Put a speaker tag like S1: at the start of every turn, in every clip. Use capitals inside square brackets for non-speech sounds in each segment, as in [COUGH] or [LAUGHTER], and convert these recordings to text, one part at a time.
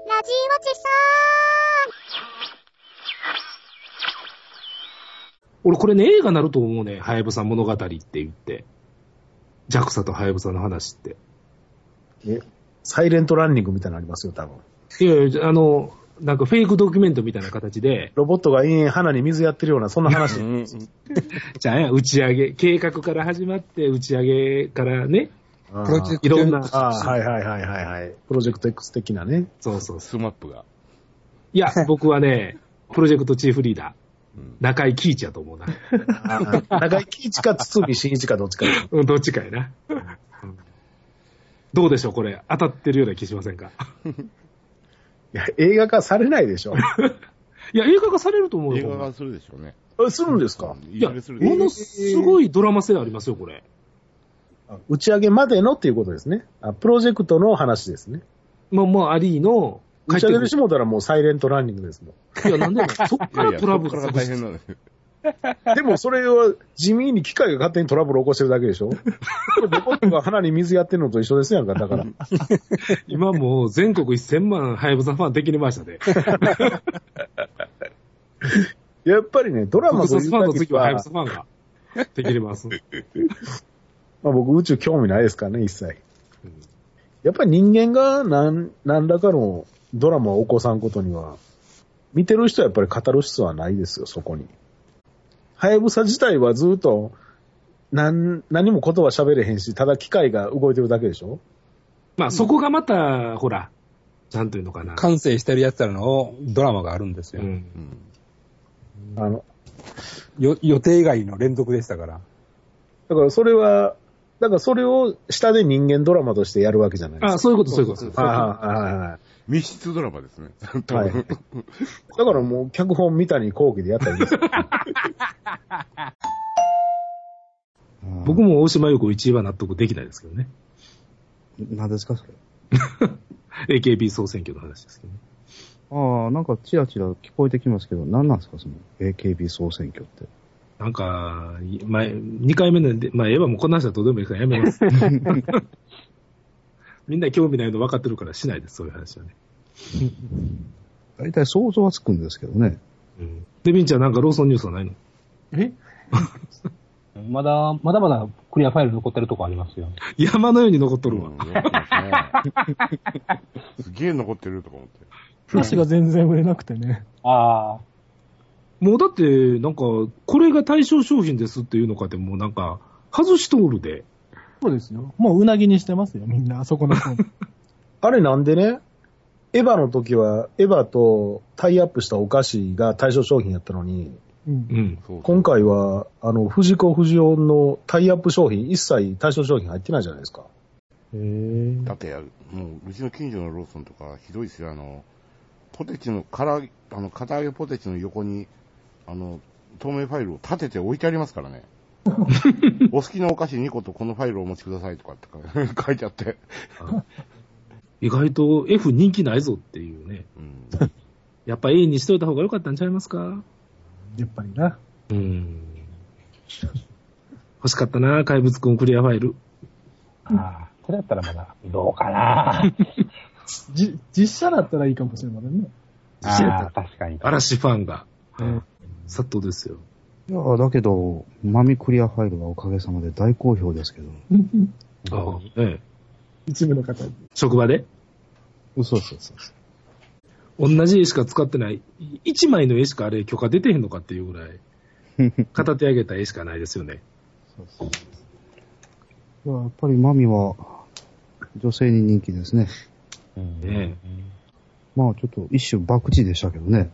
S1: ちそ
S2: 俺これね、映画になると思うね。はやぶさ物語って言って。ジャクサとはやぶさの話って。
S3: え、サイレントランニングみたいなのありますよ、多分。
S2: いやいや、あの、なんかフェイクドキュメントみたいな形で、
S3: ロボットが延々鼻に水やってるような、そんな話。
S2: じゃあね、打ち上げ、計画から始まって、打ち上げからね、
S3: あー
S4: プロジェクト
S2: いろんな
S3: あーはいはいはいはいはい。プロジェクト X 的なね。
S2: そうそうそう。
S4: スマップが。
S2: い
S4: [LAUGHS]
S2: や、僕はね、プロジェクトチーフリーダー、
S4: うん
S2: 中井貴一やと思うな。
S3: 長井貴一か堤真一かどっちかです。
S2: うん、どっちかやな。どうでしょう、これ。当たってるような気しませんか。
S3: いや、映画化されないでしょ。
S2: いや、映画化されると思う
S4: 映画
S2: よ。
S4: 化するでしょうね。
S3: えするんですか
S2: い
S4: い
S2: や、
S4: ず
S2: も
S4: れするでしょう
S2: のすごいドラマ性ありますよ、これ。
S3: 打ち上げまでのっていうことですね。あプロジェクトの話ですね。
S2: まあまあ、アリーの、
S3: 打ち上げて
S2: し
S3: しもうたらもうサイレントランニングですも
S2: いや、 [LAUGHS] なんでもないそっ
S4: い
S2: か
S4: や
S2: ら
S4: いや、
S2: トラブ
S4: そ
S2: ル
S4: っから
S2: 作
S4: 大
S2: 成
S4: 変なのよ。
S3: ん。でもそれを地味に機械が勝手にトラブル起こしてる [LAUGHS] だけでしょこれロボットが鼻に水やってるのと一緒ですやんか、だから。
S2: 今もう全国1000万ハヤブサファンできましたね。 [LAUGHS]
S3: やっぱりね、ドラマ
S2: 福
S3: と
S2: サ
S3: い
S2: ス
S3: う
S2: ファンの次
S3: 限り
S2: はハ
S3: は
S2: ヤブサファンができ [LAUGHS] ます。
S3: まあ、僕宇宙興味ないですからね、一切。やっぱり人間が何何らかのドラマを起こさんことには、見てる人はやっぱり語る必要はないですよ、そこに。はやぶさ自体はずっと何何も言葉喋れへんし、ただ機械が動いてるだけでしょ
S2: まあ、そこがまた、ほら、なんというのかな。
S5: 感性してるやつらのドラマがあるんです
S2: う
S5: よ。
S2: ん
S4: うん
S3: あの、
S5: よ予定以外の連続でしたから。
S3: だからそれは、だからそれを下で人間ドラマとしてやるわけじゃないです
S2: あ、そういうこと、そういうこと。
S3: か。ああ、はいはい。
S4: 密室ドラマですね。多
S3: はい。
S4: 分。
S3: だからもう脚本三谷幸喜でやったらいいですよ。
S2: 僕も大島優子一位は納得できないですけどね。
S6: 何ですか、それ。
S2: AKB 総選挙の話ですけどね。
S6: ああ、なんかチラチラ聞こえてきますけど、何なんですか、その AKB 総選挙って。
S2: なんか、い前、2回目なんで、まあ、エヴァもこんな話はどうでもいいからや [LAUGHS] めます。みんな興味ないの分かってるからしないです、そういう話はね。
S6: 大体想像はつくんですけどね。
S2: うん。で、みんちゃんなんかローソンニュースはないの [LAUGHS]
S7: まだ、まだまだクリアファイル残ってるとこありますよ。
S2: 山のように残っとるわ。
S4: うん残ってますね [LAUGHS] すげえ残ってるとか思って。
S8: 話が全然売れなくてね。
S7: ああ、
S2: もうだって、なんか、これが対象商品ですっていうのかでもうなんか、外しとるで。
S8: そうですよ。もううなぎにしてますよ、みんな。あそこの
S1: [LAUGHS]
S8: コーナー
S3: あれなんでね、エヴァの時は、エヴァとタイアップしたお菓子が対象商品やったのに、
S8: うん。
S2: うん。
S4: そうそう
S3: 今回は、あの、藤子不二雄のタイアップ商品、一切対象商品入ってないじゃないですか。
S6: へえ。
S4: だって、もう、うちの近所のローソンとか、ひどいですよ。あの、ポテチの、から揚げ、あの、片揚げポテチの横に、あの、透明ファイルを立てて置いてありますからね。お好きなお菓子2個とこのファイルをお持ちくださいとかって書いてあって。
S2: 意外と F 人気ないぞっていうね。
S4: うん、
S2: やっぱ A にしといた方が良かったんちゃいますか
S3: やっぱりな。
S2: うん。欲しかったな、怪物くんクリアファイル。
S7: ああ、それやったらまだ、どうか
S5: [LAUGHS]
S7: な。
S8: じ、実写だったらいいかもしれませんね。 [LAUGHS]
S7: ああ、 [LAUGHS] 確かに。
S2: 嵐ファンが。殺到ですよ。
S6: いや、だけど、マミクリアファイルはおかげさまで大好評ですけど。
S2: ああ、ええ。
S8: 一部の方に。
S2: 職場で
S6: 嘘そう [LAUGHS] そうそう。
S2: 同じ絵しか使ってない。一枚の絵しかあれ許可出てへんのかっていうぐらい。片手上げた絵しかないですよね。
S6: いややっぱりマミは女性に人気ですね。
S2: ね
S6: まあちょっと一種博打でしたけどね。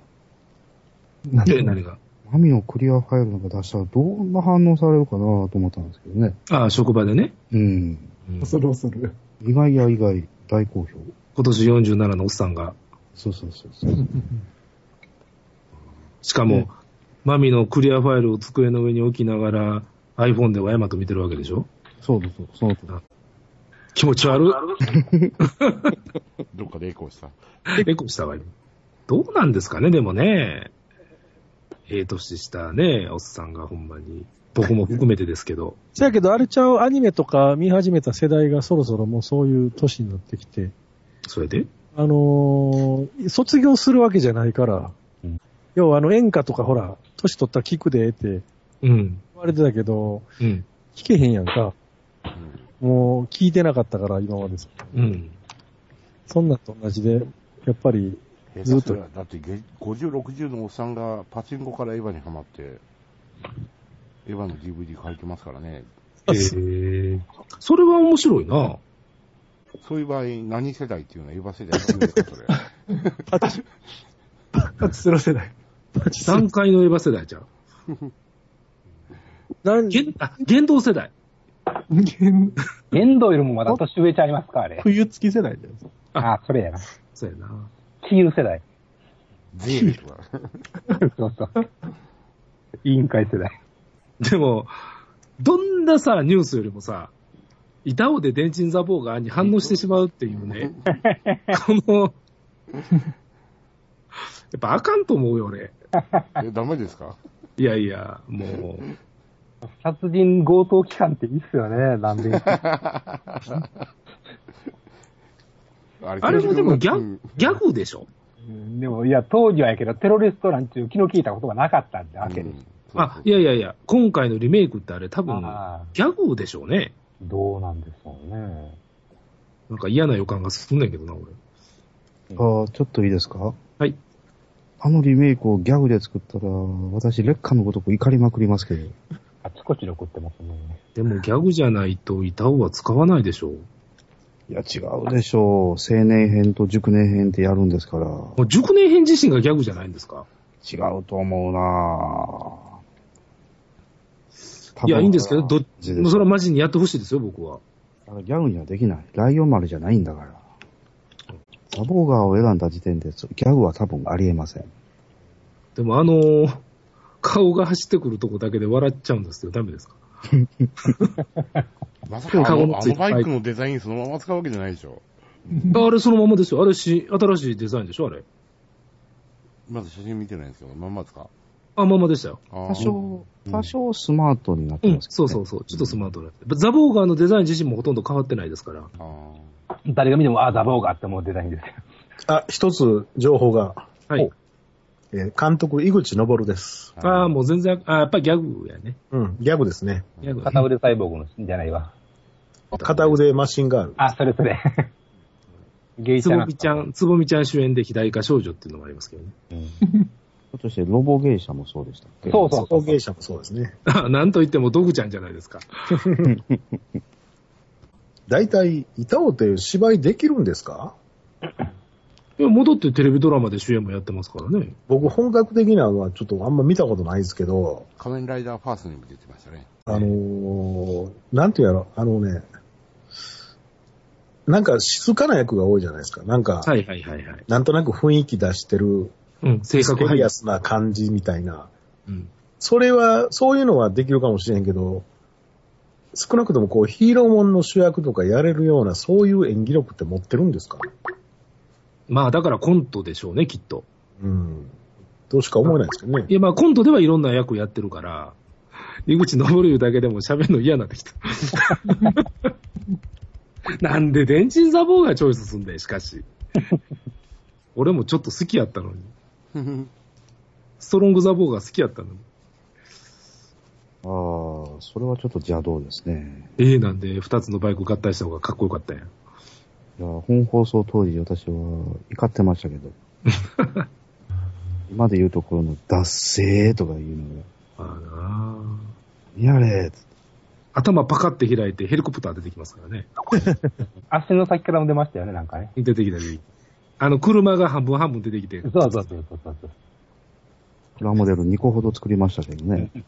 S2: え。で、何が
S6: マミのクリアファイルなんか出したらどんな反応されるかなと思ったんですけどね。
S2: ああ、職場でね。
S6: うん。
S8: 恐る恐る。
S6: 意外や意外、大好評。
S2: 今年47のおっさんが。
S6: そうそうそうそう。
S2: しかも、マミのクリアファイルを机の上に置きながら、iPhone ではヤマと見てるわけでしょ
S6: そうそうそう、その通り
S2: 気持ち悪っ。
S4: どっかでエコーした。
S2: エコしたわ、今どうなんですかね、でもね。ええ年したね、おっさんがほんまに。僕も含めてですけど。
S8: せやけど、あれちゃうアニメとか見始めた世代がそろそろもうそういう年になってきて、
S2: それで
S1: あのー卒業するわけじゃないから、
S5: うん
S1: 要はあの演歌とかほら、年取ったら聞くでって言
S2: うん。
S1: われてたけど、
S2: うん。
S1: 聞けへんやんか。もう聞いてなかったから、今まで。
S2: うん。
S1: そんなんと同じで、やっぱり、ず
S4: ず
S1: っ
S4: っ
S1: と
S4: と。だってげ、50、60のおっさんがパチンコからエヴァにハマって、エヴァの DVD 借りてますからね。
S2: えー、それは面白いな。
S4: そういう場合、何世代っていうのはエヴァ世代なんですか、
S2: [LAUGHS]
S4: それ。
S9: パチスロ世代。
S2: 段階のエヴァ世代じゃん。
S1: なん
S2: げんあ、言動世代。
S7: 遠藤よりもまだ年上ちゃいますか、あれ。
S8: 冬月世代だよ。
S7: あ、それやな。
S2: そうやな。
S7: キール世代。
S4: ゼーレとか。
S7: そうそう。委員会世代。
S2: でも、どんなさ、ニュースよりもさ、板尾で電鎮ザボーガーに反応してしまうっていうね、この、やっぱあかんと思うよ、俺。
S4: え、ダメですか
S2: いやいや、も
S7: 殺人強盗機関っていいっすよね、南米。
S5: [LAUGHS]
S4: あれ
S2: あれもでもギャ
S4: うん
S2: う、ギャグでしょ。
S7: うんでも、いや、当時はやけど、テロリストなんていう気の利いたことがなかったんで、わけ
S4: う
S7: に。
S4: んそうそ
S2: あ
S4: う、
S2: いやいやいや、今回のリメイクってあれ多分、
S7: ああ
S2: ギャグでしょうね。
S7: どうなんでしょうね。
S2: なんか嫌な予感がすんねんけどな、俺。
S6: ああ、ちょっといいですか
S2: はい。
S6: あのリメイクをギャグで作ったら、私、劣化のごとく怒りまくりますけど。
S7: あちこちで送ってますね。
S2: でもギャグじゃないと板尾は使わないでしょう。
S6: いや、違うでしょう。青年編と熟年編ってやるんですから。
S2: もう熟年編自身がギャグじゃないんですか
S6: 違うと思うなぁ
S2: いや、いいんですけど、ど、
S6: ジ
S2: それはマジにやってほしいですよ、僕は。
S6: あのギャグにはできない。ライオン丸じゃないんだから。サボーガーを選んだ時点で、そギャグは多分ありえません。
S2: でもあのー顔が走ってくるとこだけで笑っちゃうんですけど、ダメですか
S4: まさかあ
S2: 顔の
S4: のあ
S2: つい
S4: の
S2: て
S4: バイクのデザインそのまま使うわけじゃないでしょ。
S2: あれそのままですよ。あれし、新しいデザインでしょあれ。
S4: まず写真見てないんですけど、まんまですか
S2: あ、まんまでしたよ。
S4: あー
S6: 多少、多少スマートになって
S2: う
S6: ま
S2: ん、
S6: すけ
S2: そ
S6: ど、
S2: うそう
S6: ね
S2: そう。ちょっとスマートになって。ザボーガーのデザイン自身もほとんど変わってないですから。
S4: あー
S7: 誰が見ても、あ、ザボーガーって思うデザインですよ。
S3: あ、一つ情報が、
S2: はい。
S3: えー監督、井口昇です。
S2: ああ、もう全然、あーやっぱりギャグやね。
S3: うん、ギャグですね。
S2: ギャグ。
S7: 片腕サイボーグのじゃないわ。
S3: 片腕マシンガール。
S7: あ、それそ
S8: [LAUGHS]
S7: れ。ゲイ
S2: つ
S7: チャ
S2: ぼ
S7: な
S2: みちゃん、つぼみちゃん主演で肥大化少女っていうのもありますけどね。
S6: ひょっとしてロボ芸者もそうでしたっけ
S7: そうそうそ
S3: 送
S7: う。
S3: 迎者もそうですね。
S2: あ [LAUGHS] なんといってもドグちゃんじゃないですか。
S3: 大体、板尾って芝居できるんですか
S2: いや、戻ってテレビドラマで主演もやってますからね。
S3: 僕、本格的なのはちょっとあんま見たことないですけど、
S4: 仮面ライダーファーストにも出てましたね。
S3: あのー、なんていうやろ、あのね、なんか静かな役が多いじゃないですか。なんか、
S2: はいはいはいはい。
S3: なんとなく雰囲気出してる、
S2: うん、性格
S3: セ
S2: はい
S3: リア。スな感じみたいな。
S2: うん。
S3: それは、そういうのはできるかもしれんけど、少なくともこうヒーローもんの主役とかやれるようなそういう演技力って持ってるんですか
S2: まあだからコントでしょうね、きっと。
S3: うん。としか思えないですけどね
S2: い。やまあコントではいろんな役やってるから、井口昇るだけでも喋るの嫌になってき [LAUGHS] た。なんで電鎮ザボーがチョイスすんだよ、しかし。俺もちょっと好きやったのに。 [LAUGHS] ストロングザボーが好きやったのに。
S6: ああ、それはちょっと邪道ですね。
S2: ええなんで二つのバイク合体した方がかっこよかったやん。
S6: いや、本放送当時私は怒ってましたけど。今で言うところの、脱製とか言うのが、
S2: ああなあ
S6: やれっつって
S2: 頭パカって開いてヘリコプター出てきますからね。
S7: 足の先からも出ましたよね、なんかね。
S2: 出てきたり。あの、車が半分半分出てきて、
S7: そうそうそうそうそう。
S6: プラモデル2個ほど作りましたけどね。
S4: うん